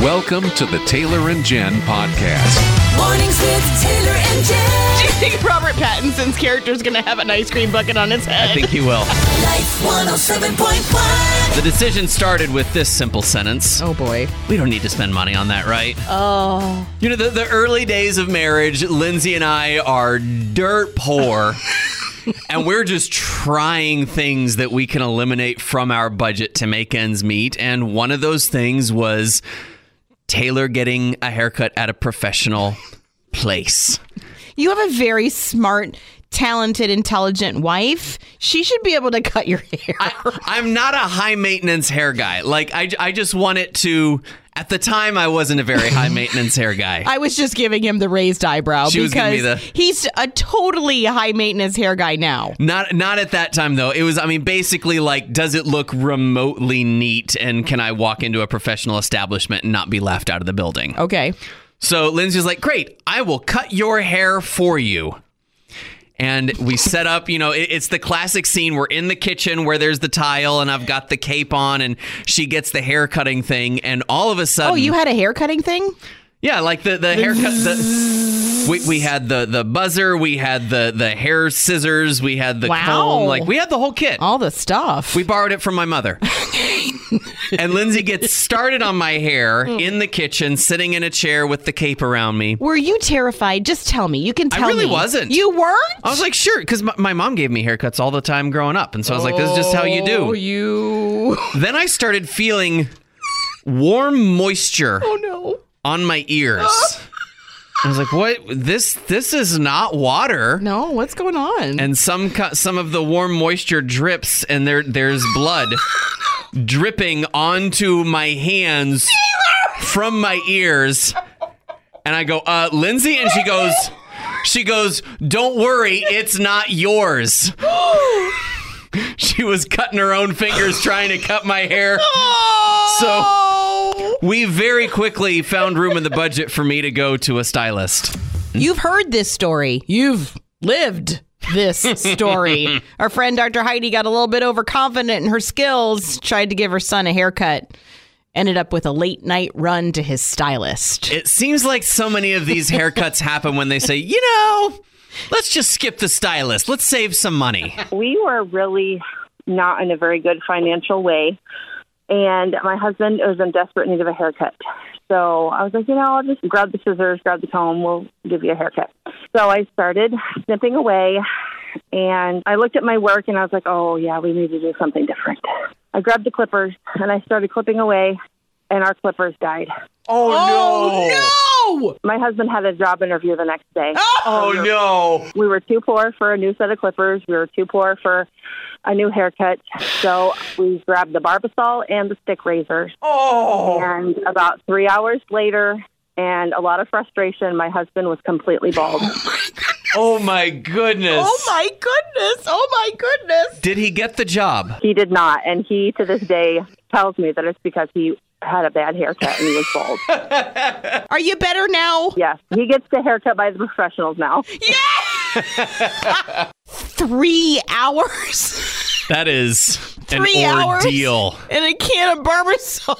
Welcome to the Taylor and Jen podcast. Mornings with Taylor and Do Jen. you think Robert Pattinson's character is going to have an ice cream bucket on his head? I think he will. Life 107.1. The decision started with this simple sentence. oh boy. We don't need to spend money on that, right? Oh. You know, the, the early days of marriage, Lindsay and I are dirt poor. and we're just trying things that we can eliminate from our budget to make ends meet. And one of those things was Taylor getting a haircut at a professional place. You have a very smart, talented, intelligent wife. She should be able to cut your hair. I'm not a high maintenance hair guy. Like, I, I just want it to. At the time, I wasn't a very high maintenance hair guy. I was just giving him the raised eyebrow She was because giving me he's a totally high maintenance hair guy now. Not not at that time though. It was I mean basically like does it look remotely neat and can I walk into a professional establishment and not be laughed out of the building? Okay. So Lindsay's like, "Great, I will cut your hair for you." And we set up, you know, it- it's the classic scene. We're in the kitchen where there's the tile, and I've got the cape on, and she gets the hair cutting thing, and all of a sudden, Oh, you had a hair cutting thing? yeah, like the the haircut. The, we, we had the the buzzer, we had the the hair scissors, we had the Wow. Oh. comb, like we had the whole kit. All the stuff. We borrowed it from my mother. and Lindsay gets started on my hair in the kitchen, sitting in a chair with the cape around me. Were you terrified? Just tell me. You can tell really me. wasn't. Oh, You weren't? I was like, sure, because my, my mom gave me haircuts all the time growing up. And so I was like, this is just how you Oh, do. you. Then I started feeling warm moisture Oh, no. on my ears. I was like, what? This this is not water. No, what's going on? and some co- some of the warm moisture drips and there there's blood dripping onto my hands from my ears and i go uh lindsay and she goes she goes don't worry it's not yours she was cutting her own fingers trying to cut my hair Oh. so we very quickly found room in the budget for me to go to a stylist You've heard this story. You've lived this story. Our friend Dr. Heidi got a little bit overconfident in her skills, tried to give her son a haircut, ended up with a late night run to his stylist. It seems like so many of these haircuts happen when they say, you know, let's just skip the stylist. Let's save some money. we were really not in a very good financial way. And my husband was in desperate need of a haircut. So I was like, you know, I'll just grab the scissors, grab the comb, we'll give you a haircut. So I started snipping away and I looked at my work and I was like, oh, yeah, we need to do something different. I grabbed the clippers and I started clipping away and our clippers died. Oh, no! My husband had a job interview the next day. Oh, no. We were too poor for a new set of clippers. We were too poor for a new haircut. So we grabbed the barbasol and the stick razors. Oh. And about three hours later, and a lot of frustration, my husband was completely bald. Oh, my goodness. Oh, my goodness. Oh, my goodness. Did he get the job? he did not. And he, to this day, tells me that it's because he had a bad haircut and he was bald. Are you better now? yes. He gets the haircut by the professionals now. Three hours That is an Three hours? ordeal. and a can of Barbasol.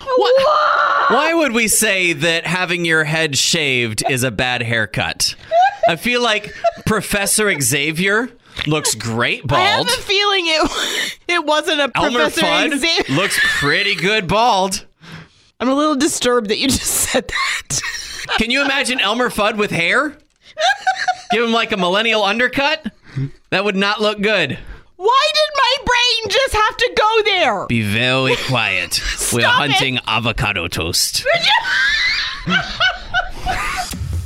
Why would we say that having your head shaved is a bad haircut? I feel like Professor Xavier looks great I have bald. a feeling it, it wasn't a Elmer professor. Fudd Xavier- looks pretty good bald. I'm a little disturbed that you just said that. Can you imagine Elmer Fudd with hair? Give him like a millennial undercut? That would not look good. Why did my brain just have to go there? Be very quiet. We're Stop it. hunting avocado toast.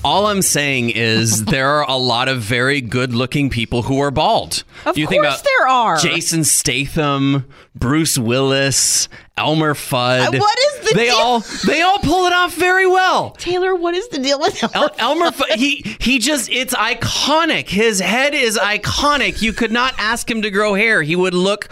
All I'm saying is there are a lot of very good looking people who are bald. Of you course think about there are. Jason Statham, Bruce Willis, Elmer Fudd. Uh, what is the They deal? all they all pull it off very well. Taylor, what is the deal with Elmer? El- Elmer, Fu- he he just it's iconic. His head is iconic. You could not ask him to grow hair. He would look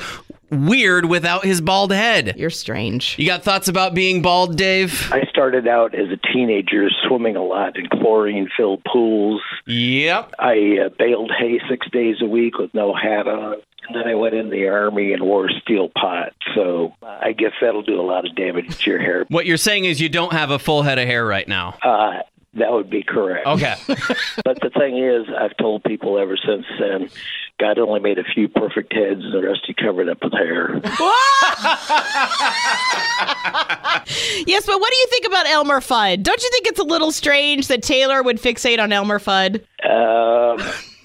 weird without his bald head. You're strange. You got thoughts about being bald, Dave? I started out as a teenager swimming a lot in chlorine filled pools. Yep. I uh, baled hay six days a week with no hat on. And then I went in the army and wore a steel pot. So uh, I guess that'll do a lot of damage to your hair. What you're saying is you don't have a full head of hair right now. Oh. Uh, that would be correct. Okay. But the thing is, I've told people ever since then, God only made a few perfect heads, and the rest he covered up with hair. Yes, but what do you think about Elmer Fudd? Don't you think it's a little strange that Taylor would fixate on Elmer Fudd? Um,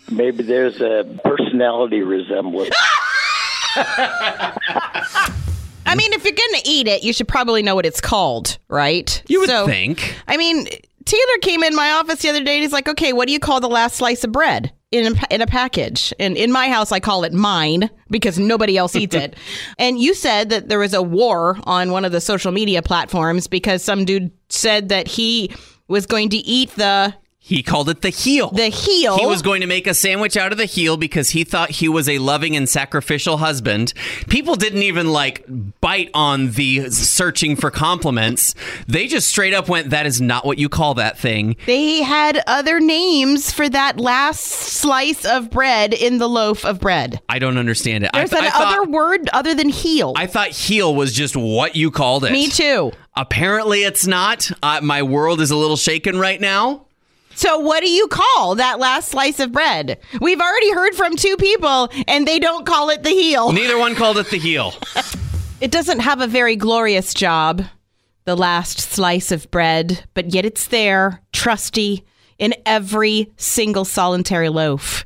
maybe there's a personality resemblance. Mm. I mean, if you're going to eat it, you should probably know what it's called, right? You would So- think. I mean, Taylor came in my office the other day and he's like, okay, what do you call the last slice of bread? In a, in a package. And in my house, I call it mine because nobody else eats it. And you said that there was a war on one of the social media platforms because some dude said that he was going to eat the He called it the heel. the heel. He was going to make a sandwich out of the heel because he thought he was a loving and sacrificial husband. People didn't even like bite on the searching for compliments. They just straight up went, that is not what you call that thing. they had other names for that last slice of bread in the loaf of bread. I don't understand it. There's I, an I thought, other word other than heel. I thought heel was just what you called it. Me too. Apparently, it's not. Uh, my world is a little shaken right now. So, what do you call that last slice of bread? We've already heard from two people, and they don't call it the heel. Neither one called it the heel. It doesn't have a very glorious job, the last slice of bread, but yet it's there, trusty, in every single solitary loaf.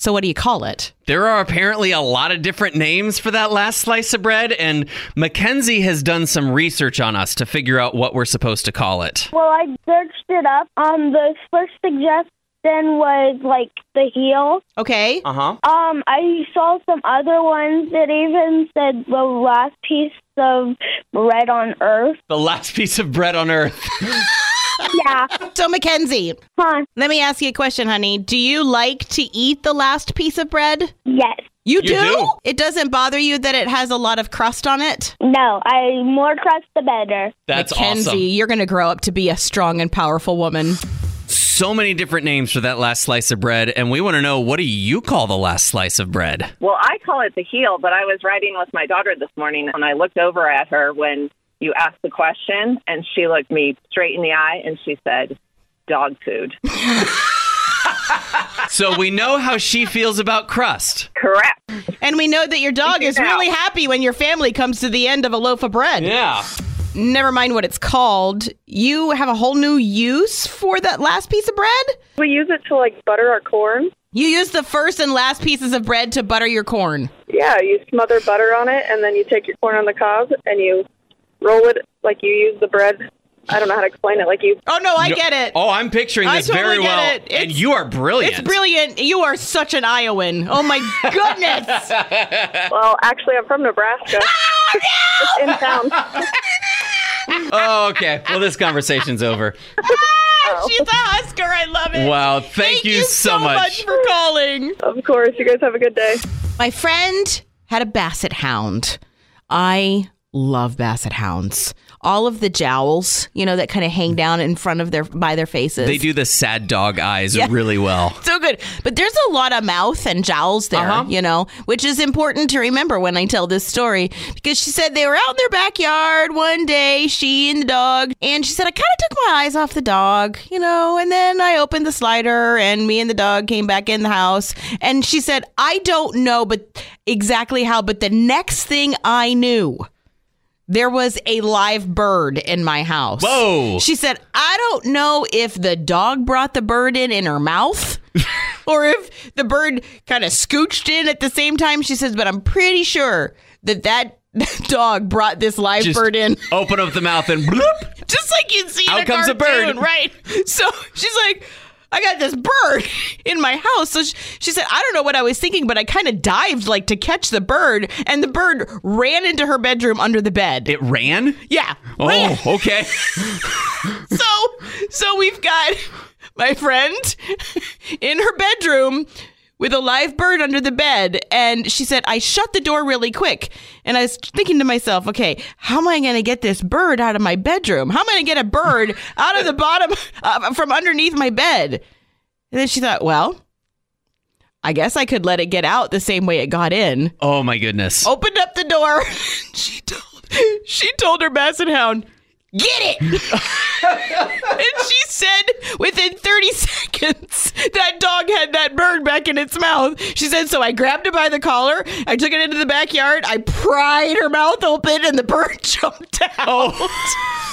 So, what do you call it? There are apparently a lot of different names for that last slice of bread, and Mackenzie has done some research on us to figure out what we're supposed to call it. Well, I searched it up. Um, the first suggestion was like the heel. Okay. Uh huh. Um, I saw some other ones that even said the last piece of bread on earth. The last piece of bread on earth. Yeah, So, Mackenzie, huh? let me ask you a question, honey. Do you like to eat the last piece of bread? Yes. You do? do. It doesn't bother you that it has a lot of crust on it? No, I more trust the better. That's Mackenzie, awesome. you're going to grow up to be a strong and powerful woman. So many different names for that last slice of bread, and we want to know what do you call the last slice of bread? Well, I call it the heel, but I was riding with my daughter this morning and I looked over at her when you asked the question and she looked me straight in the eye and she said, dog food. So we know how she feels about crust. Correct. And we know that your dog is really happy when your family comes to the end of a loaf of bread. Yeah. Never mind what it's called. You have a whole new use for that last piece of bread? We use it to like butter our corn. You use the first and last pieces of bread to butter your corn. Yeah, you smother butter on it, and then you take your corn on the cob and you roll it like you use the bread. I don't know how to explain it. Like you, Oh, no, I get it. Oh, I'm picturing I this totally very get well. it. And It's- you are brilliant. It's brilliant. You are such an Iowan. Oh, my goodness. well, actually, I'm from Nebraska. It's in town. Oh, okay. Well, this conversation's over. She's a Husker. I love it. Wow. Thank, Thank you so much for calling. Of course, you guys have a good day. My friend had a basset hound. I love basset hounds. All of the jowls, you know, that kind of hang down in front of their by their faces. They do the sad dog eyes really well. so good. But there's a lot of mouth and jowls there, Uh-huh. you know, which is important to remember when I tell this story because she said they were out in their backyard one day, she and the dog, and she said, I kind of took my eyes off the dog, you know, and then I opened the slider and me and the dog came back in the house. And she said, I don't know, but exactly how, but the next thing I knew, there was a live bird in my house. Whoa. She said, I don't know if the dog brought the bird in in her mouth or if the bird kind of scooched in at the same time. She says, but I'm pretty sure that that dog brought this live Just- bird in. Open up the mouth and bloop. Just like you'd see Out in a comes a cartoon, bird. right? So she's like, I got this bird in my house. So she, she said, I don't know what I was thinking, but I kind of dived like to catch the bird, and the bird ran into her bedroom under the bed. It ran? yeah. ran. Oh, okay. so so we've got my friend in her bedroom with a live bird under the bed and she said i shut the door really quick and i was thinking to myself okay how am i going to get this bird out of my bedroom how am i going to get a bird out of the bottom uh, from underneath my bed and then she thought well I guess I could let it get out the same way it got in. Oh my goodness. Opened up the door. she told she told her basset hound, "Get it." and she said within 30 seconds that dog had that bird back in its mouth. She said so I grabbed it by the collar, I took it into the backyard, I pried her mouth open and the bird jumped out. Oh.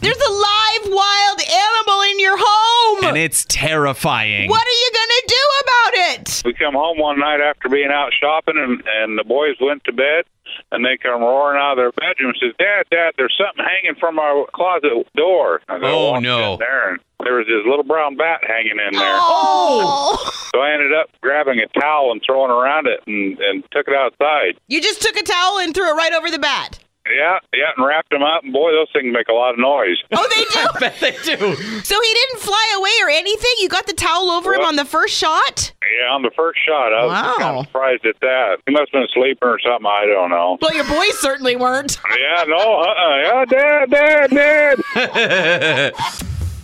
There's a live wild animal in your home. And it's terrifying. what are you going to do about it? We come home one night after being out shopping, and, and the boys went to bed, and they come roaring out of their bedroom and says, "Dad, Dad, there's something hanging from our closet door." I go, Oh, "What's no. in There and there was this little brown bat hanging in there. Oh. So I ended up grabbing a towel and throwing around it, and and took it outside. You just took a towel and threw it right over the bat. Yeah, yeah, and wrapped them up. And boy, those things make a lot of noise. Oh, they do. I bet they do. So he didn't fly away or anything. You got the towel over him on the first shot. Yeah, on the first shot, I was Wow. kind of surprised at that. He must have been sleeping or something. I don't know. Well, your boys certainly weren't. yeah, no, uh-uh. Yeah, Dad, Dad, Dad.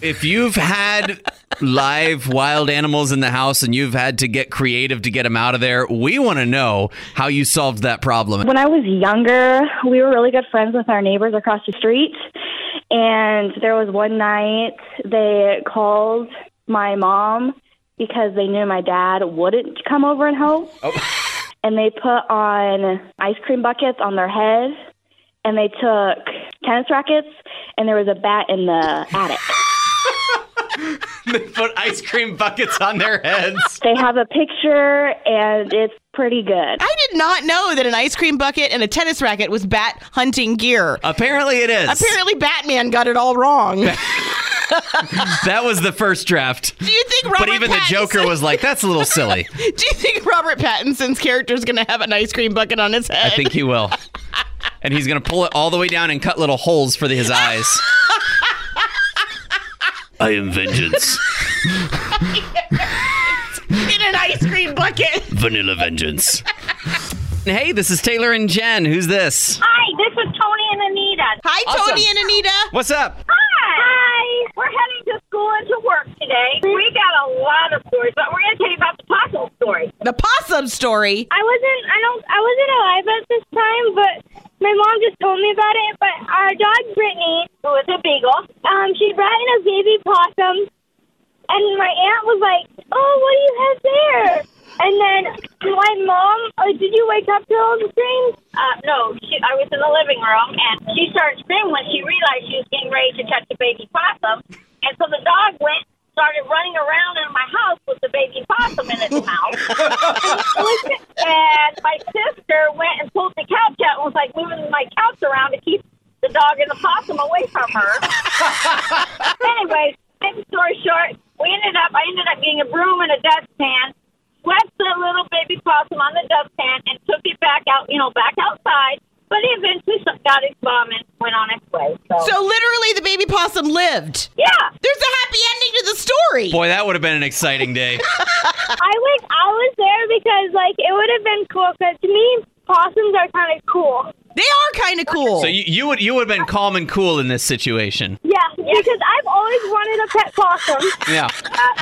If you've had live wild animals in the house and you've had to get creative to get them out of there, we want to know how you solved that problem. When I was younger, we were really good friends with our neighbors across the street. And there was one night they called my mom because they knew my dad wouldn't come over and help. And they put on ice cream buckets on their head and they took tennis rackets and there was a bat in the attic. They put ice cream buckets on their heads. They have a picture and it's pretty good. I did not know that an ice cream bucket and a tennis racket was bat hunting gear. Apparently it is. Apparently, Batman got it all wrong. Do That was the first draft. you think Robert? But even the Pattinson- Joker was like, that's a little silly. Do you think Robert Pattinson's character is going to have an ice cream bucket on his head? I think he will. And he's going to pull it all the way down and cut little holes for the, his eyes. I am vengeance. in an ice cream bucket. Vanilla vengeance. Hey, this is Taylor and Jen. Who's this? Hi, this is Tony and Anita. Hi, Awesome. Tony and Anita. What's up? Hi. Hi. We're heading to school and to work today. We got a lot of stories, but we're going to tell you about the possum story. The possum story. I wasn't I don't I wasn't alive at this time, but my mom just told me about it. But our dog Brittany, who is a beagle, um, she brought in a baby possum, and my aunt was like, "Oh, what do you have there?" And then my mom, uh, did you wake up to all the screams? Uh, no, she, I was in the living room, and she started screaming when she realized she was getting ready to touch the baby possum. And so the dog went, started running around in my house with the baby possum in its mouth. and my sister went and pulled the couch out and was like moving my couch around to keep the dog and the possum away from her. anyway, long story short, we ended up. I ended up getting a broom and a dustpan. Swept the little baby possum on the dustpan and took it back out. You know, back outside. But he eventually got his mom and went on his way. So, So literally, the baby possum lived. yeah, There's a happy ending to the story. Boy, that would have been an exciting day. I was I was there because like it would have been cool. Cause to me, possums are kind of cool. They are kind of cool. So you, you would you would have been calm and cool in this situation. Yeah, because I've always wanted a pet possum. Yeah.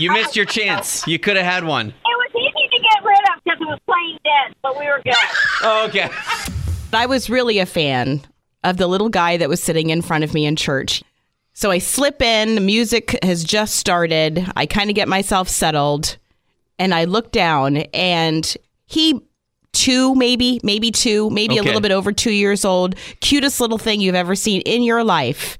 You missed your chance. You could have had one. it was easy to get rid of because it was plain dead. But we were good. Okay. I was really a fan of the little guy that was sitting in front of me in church. So I slip in, the music has just started. I kind of get myself settled and I look down and he two maybe, maybe two, maybe a Okay. little bit over 2 years old, cutest little thing you've ever seen in your life.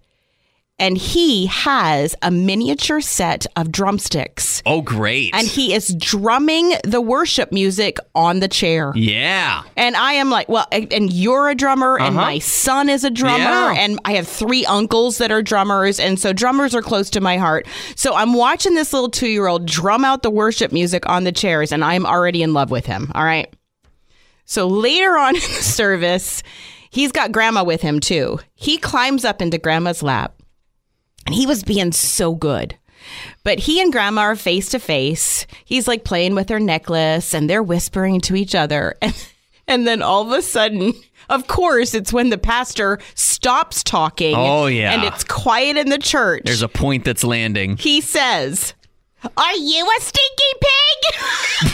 And he has a miniature set of drumsticks Oh, great. and he is drumming the worship music on the chair. yeah. And I am like, well, and and you're a drummer, and my son is a drummer, Yeah. and I have three uncles that are drummers. And so drummers are close to my heart. So I'm watching this little two year old drum out the worship music on the chairs, and I'm already in love with him. All right. So later on in the service, he's got grandma with him too. He climbs up into grandma's lap, and he was being so good. But he and grandma are face to face. He's like playing with her necklace and they're whispering to each other. And then all of a sudden, of course, it's when the pastor stops talking. Oh, yeah. And it's quiet in the church. There's a point that's landing. he says, Are you a stinky pig?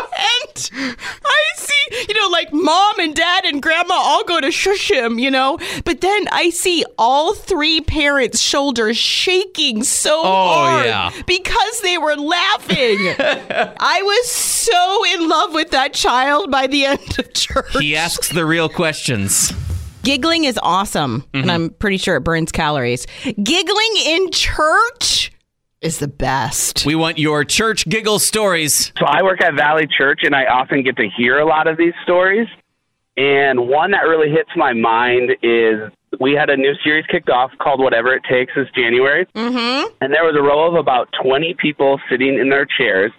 And I see, you know, like mom and dad and grandma all go to shush him, you know? But then I see all three parents' shoulders shaking so hard yeah. because they were laughing. I was so in love with that child by the end of church. He asks the real questions. Giggling is awesome, and I'm pretty sure it burns calories. Giggling in church is the best. We want your church giggle stories. So I work at Valley Church, and I often get to hear a lot of these stories. And one that really hits my mind is we had a new series kicked off called Whatever It Takes this January. Mm-hmm. And there was a row of about 20 people sitting in their chairs,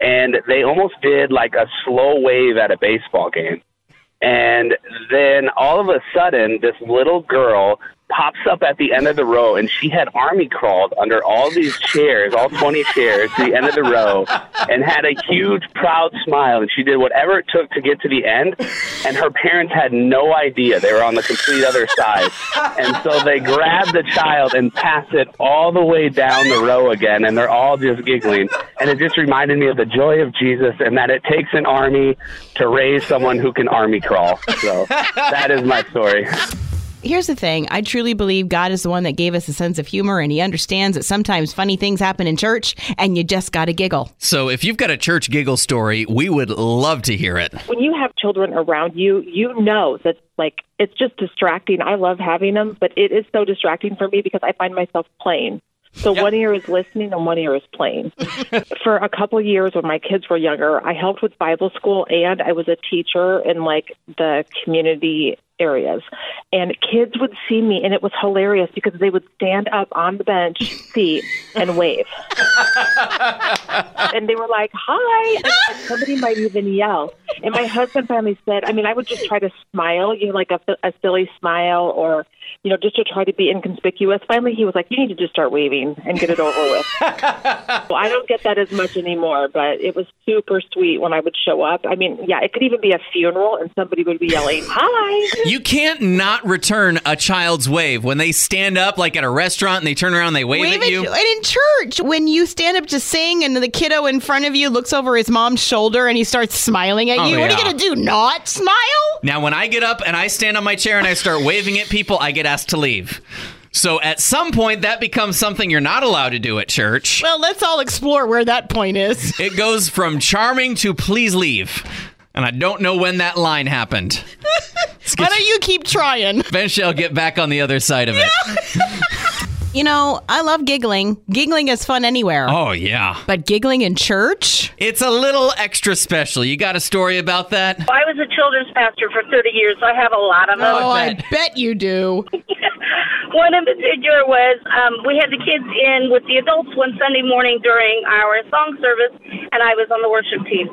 and they almost did like a slow wave at a baseball game. And then all of a sudden, this little girl pops up at the end of the row, and she had army crawled under all these chairs, all 20 chairs, to the end of the row, and had a huge, proud smile. And she did whatever it took to get to the end. And her parents had no idea they were on the complete other side. And so they grabbed the child and passed it all the way down the row again, and they're all just giggling. And it just reminded me of the joy of Jesus and that it takes an army to raise someone who can army crawl. So that is my story. Here's the thing I truly believe God is the one that gave us a sense of humor, and He understands that sometimes funny things happen in church, and you just got to giggle. So if you've got a church giggle story, we would love to hear it. when you have children around you, you know that like it's just distracting. I love having them, but it is so distracting for me because I find myself playing. So one ear is listening and one ear is playing. for a couple of years when my kids were younger, I helped with Bible school and I was a teacher in like the community areas. And kids would see me and it was hilarious because they would stand up on the bench seat and wave. and they were like, "Hi!" And, and somebody might even yell. And my husband finally said, "I mean, I would just try to smile, you know, like a, a silly smile, or you know, just to try to be inconspicuous." Finally, he was like, "You need to just start waving and get it over with." well, I don't get that as much anymore, but it was super sweet when I would show up. I mean, yeah, it could even be a funeral, and somebody would be yelling, "Hi!" You can't not return a child's wave when they stand up, like at a restaurant, and they turn around, and they wave, at you. And in church, when you stand up to sing and the kiddo in front of you looks over his mom's shoulder and he starts smiling at Oh, you, what are you yeah. going to do? Not smile? Now, when I get up and I stand on my chair and I start waving at people, I get asked to leave. So at some point, that becomes something you're not allowed to do at church. Well, let's all explore where that point is. It goes from charming to please leave. And I don't know when that line happened. Why don't you keep trying? Eventually, I'll get back on the other side of it. You know, I love giggling. Giggling is fun anywhere. Oh, yeah. But giggling in church? It's a little extra special. You got a story about that? I was a children's pastor for 30 years, so I have a lot of them. Oh, I bet you do. One in particular was um, we had the kids in with the adults one Sunday morning during our song service, and I was on the worship team.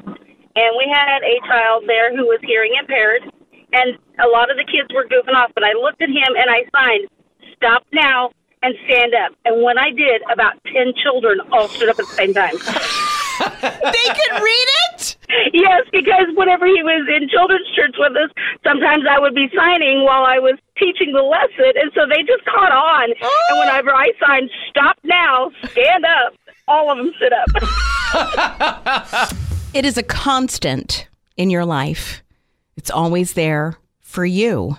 And we had a child there who was hearing impaired, and a lot of the kids were goofing off, but I looked at him and I signed, Stop now and stand up. And when I did, about 10 children all stood up at the same time. they could read it? Yes, because whenever he was in children's church with us, sometimes I would be signing while I was teaching the lesson, and so they just caught on. And whenever I signed, stop now, stand up, all of them stood up. It is a constant in your life. It's always there for you.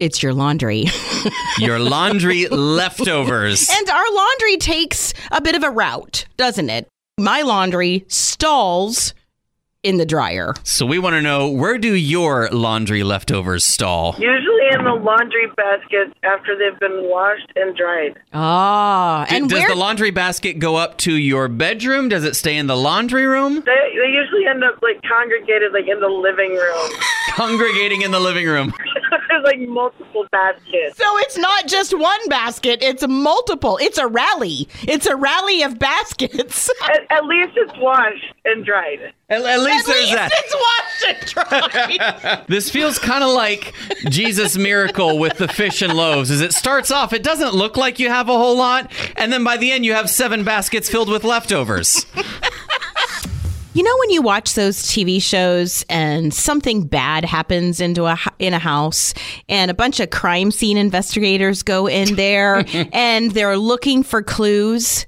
It's your laundry. Your laundry leftovers. And our laundry takes a bit of a route, doesn't it? My laundry stalls in the dryer. So we want to know where do your laundry leftovers stall? Usually in the laundry basket after they've been washed and dried. Ah, and does the laundry basket go up to your bedroom? Does it stay in the laundry room? They they usually end up like congregated like in the living room. Congregating in the living room. There's like multiple baskets. So it's not just one basket, it's multiple. It's a rally. It's a rally of baskets. At, at least it's washed and dried. At, least there's that. it's washed and dried. This feels kind of like Jesus' miracle with the fish and loaves. Is it starts off, it doesn't look like you have a whole lot, and then by the end you have seven baskets filled with leftovers. You know when you watch those TV shows and something bad happens into a hu- in a house and a bunch of crime scene investigators go in there and they're looking for clues.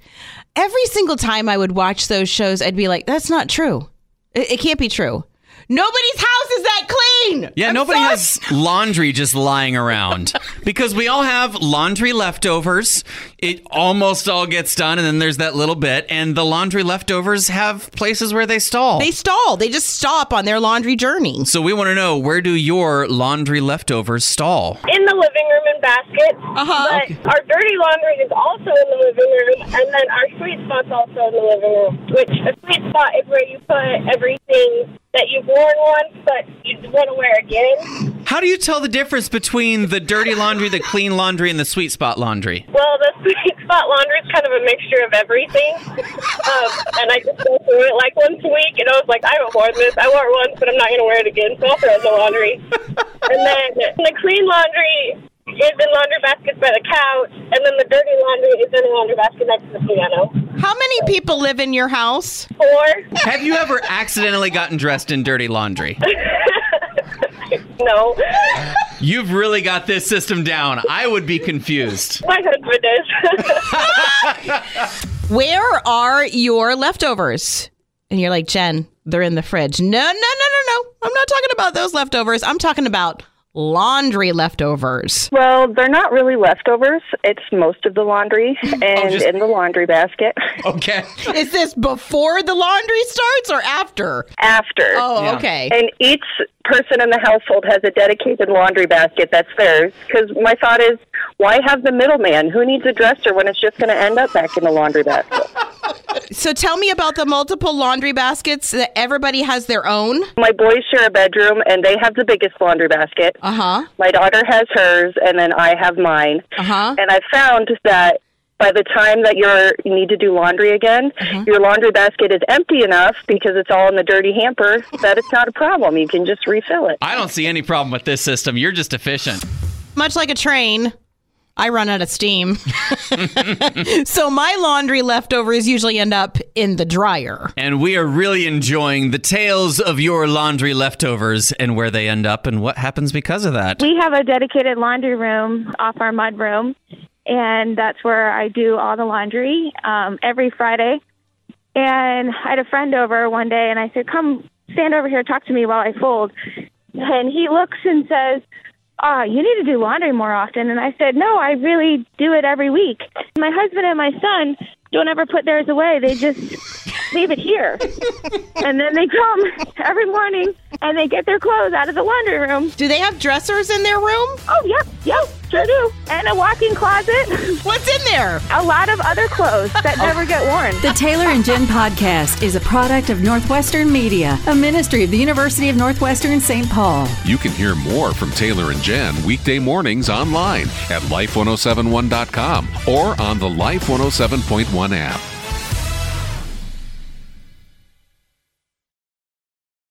Every single time I would watch those shows I'd be like that's not true. It, it can't be true. Nobody's house is that clean. Yeah, nobody has laundry just lying around because we all have laundry leftovers. It almost all gets done, and then there's that little bit, and the laundry leftovers have places where they stall. They stall. They just stop on their laundry journey. so we want to know where do your laundry leftovers stall? in the living room and basket. Uh-huh. But our dirty laundry is also in the living room, and then our sweet spot's also in the living room. Which a sweet spot is where you put everything that you've worn once, but you want to wear again. How do you tell the difference between the dirty laundry, the clean laundry, and the sweet spot laundry? Well, the sweet spot laundry is kind of a mixture of everything, um, and I just go through it like once a week, and I was like, I haven't worn this. I wore it once, but I'm not going to wear it again, so I'll throw it in the laundry. and then the clean laundry is in laundry baskets by the couch, and then the dirty laundry is in the laundry basket next to the piano. How many people live in your house? Four. Have you ever accidentally gotten dressed in dirty laundry? No, You've really got this system down. I would be confused. my husband is. Where are your leftovers? And you're like, Jen, they're in the fridge. No, no, no, no, no. I'm not talking about those leftovers. I'm talking about laundry leftovers. Well, they're not really leftovers. It's most of the laundry Oh, and in the laundry basket. Okay. Is this before the laundry starts or after? After. Oh, Yeah. okay. And each person in the household has a dedicated laundry basket that's theirs. Because my thought is, why have the middleman? Who needs a dresser when it's just going to end up back in the laundry basket? So tell me about the multiple laundry baskets that everybody has their own. My boys share a bedroom, and they have the biggest laundry basket. Uh huh. My daughter has hers, and then I have mine. Uh-huh. And I found that by the time that you're, you need to do laundry again, your laundry basket is empty enough because it's all in the dirty hamper that it's not a problem. You can just refill it. I don't see any problem with this system. You're just efficient. Much like a train, I run out of steam. so my laundry leftovers usually end up in the dryer. And we are really enjoying the tales of your laundry leftovers and where they end up and what happens because of that. We have a dedicated laundry room off our mud room, and that's where I do all the laundry um, every Friday. And I had a friend over one day, and I said, "Come stand over here, talk to me while I fold." And he looks and says, "Ah, you need to do laundry more often." And I said, "No, I really do it every week. My husband and my son don't ever put theirs away; they just leave it here." and then they come every morning and they get their clothes out of the laundry room. Do they have dressers in their room? Oh, yep, yep, sure do. And a walk in closet. What's in there? A lot of other clothes that never get worn. The Taylor and Jen podcast is a product of Northwestern Media, a ministry of the University of Northwestern St. Paul. You can hear more from Taylor and Jen weekday mornings oh online at life1071.com or on the Life 107.1 app.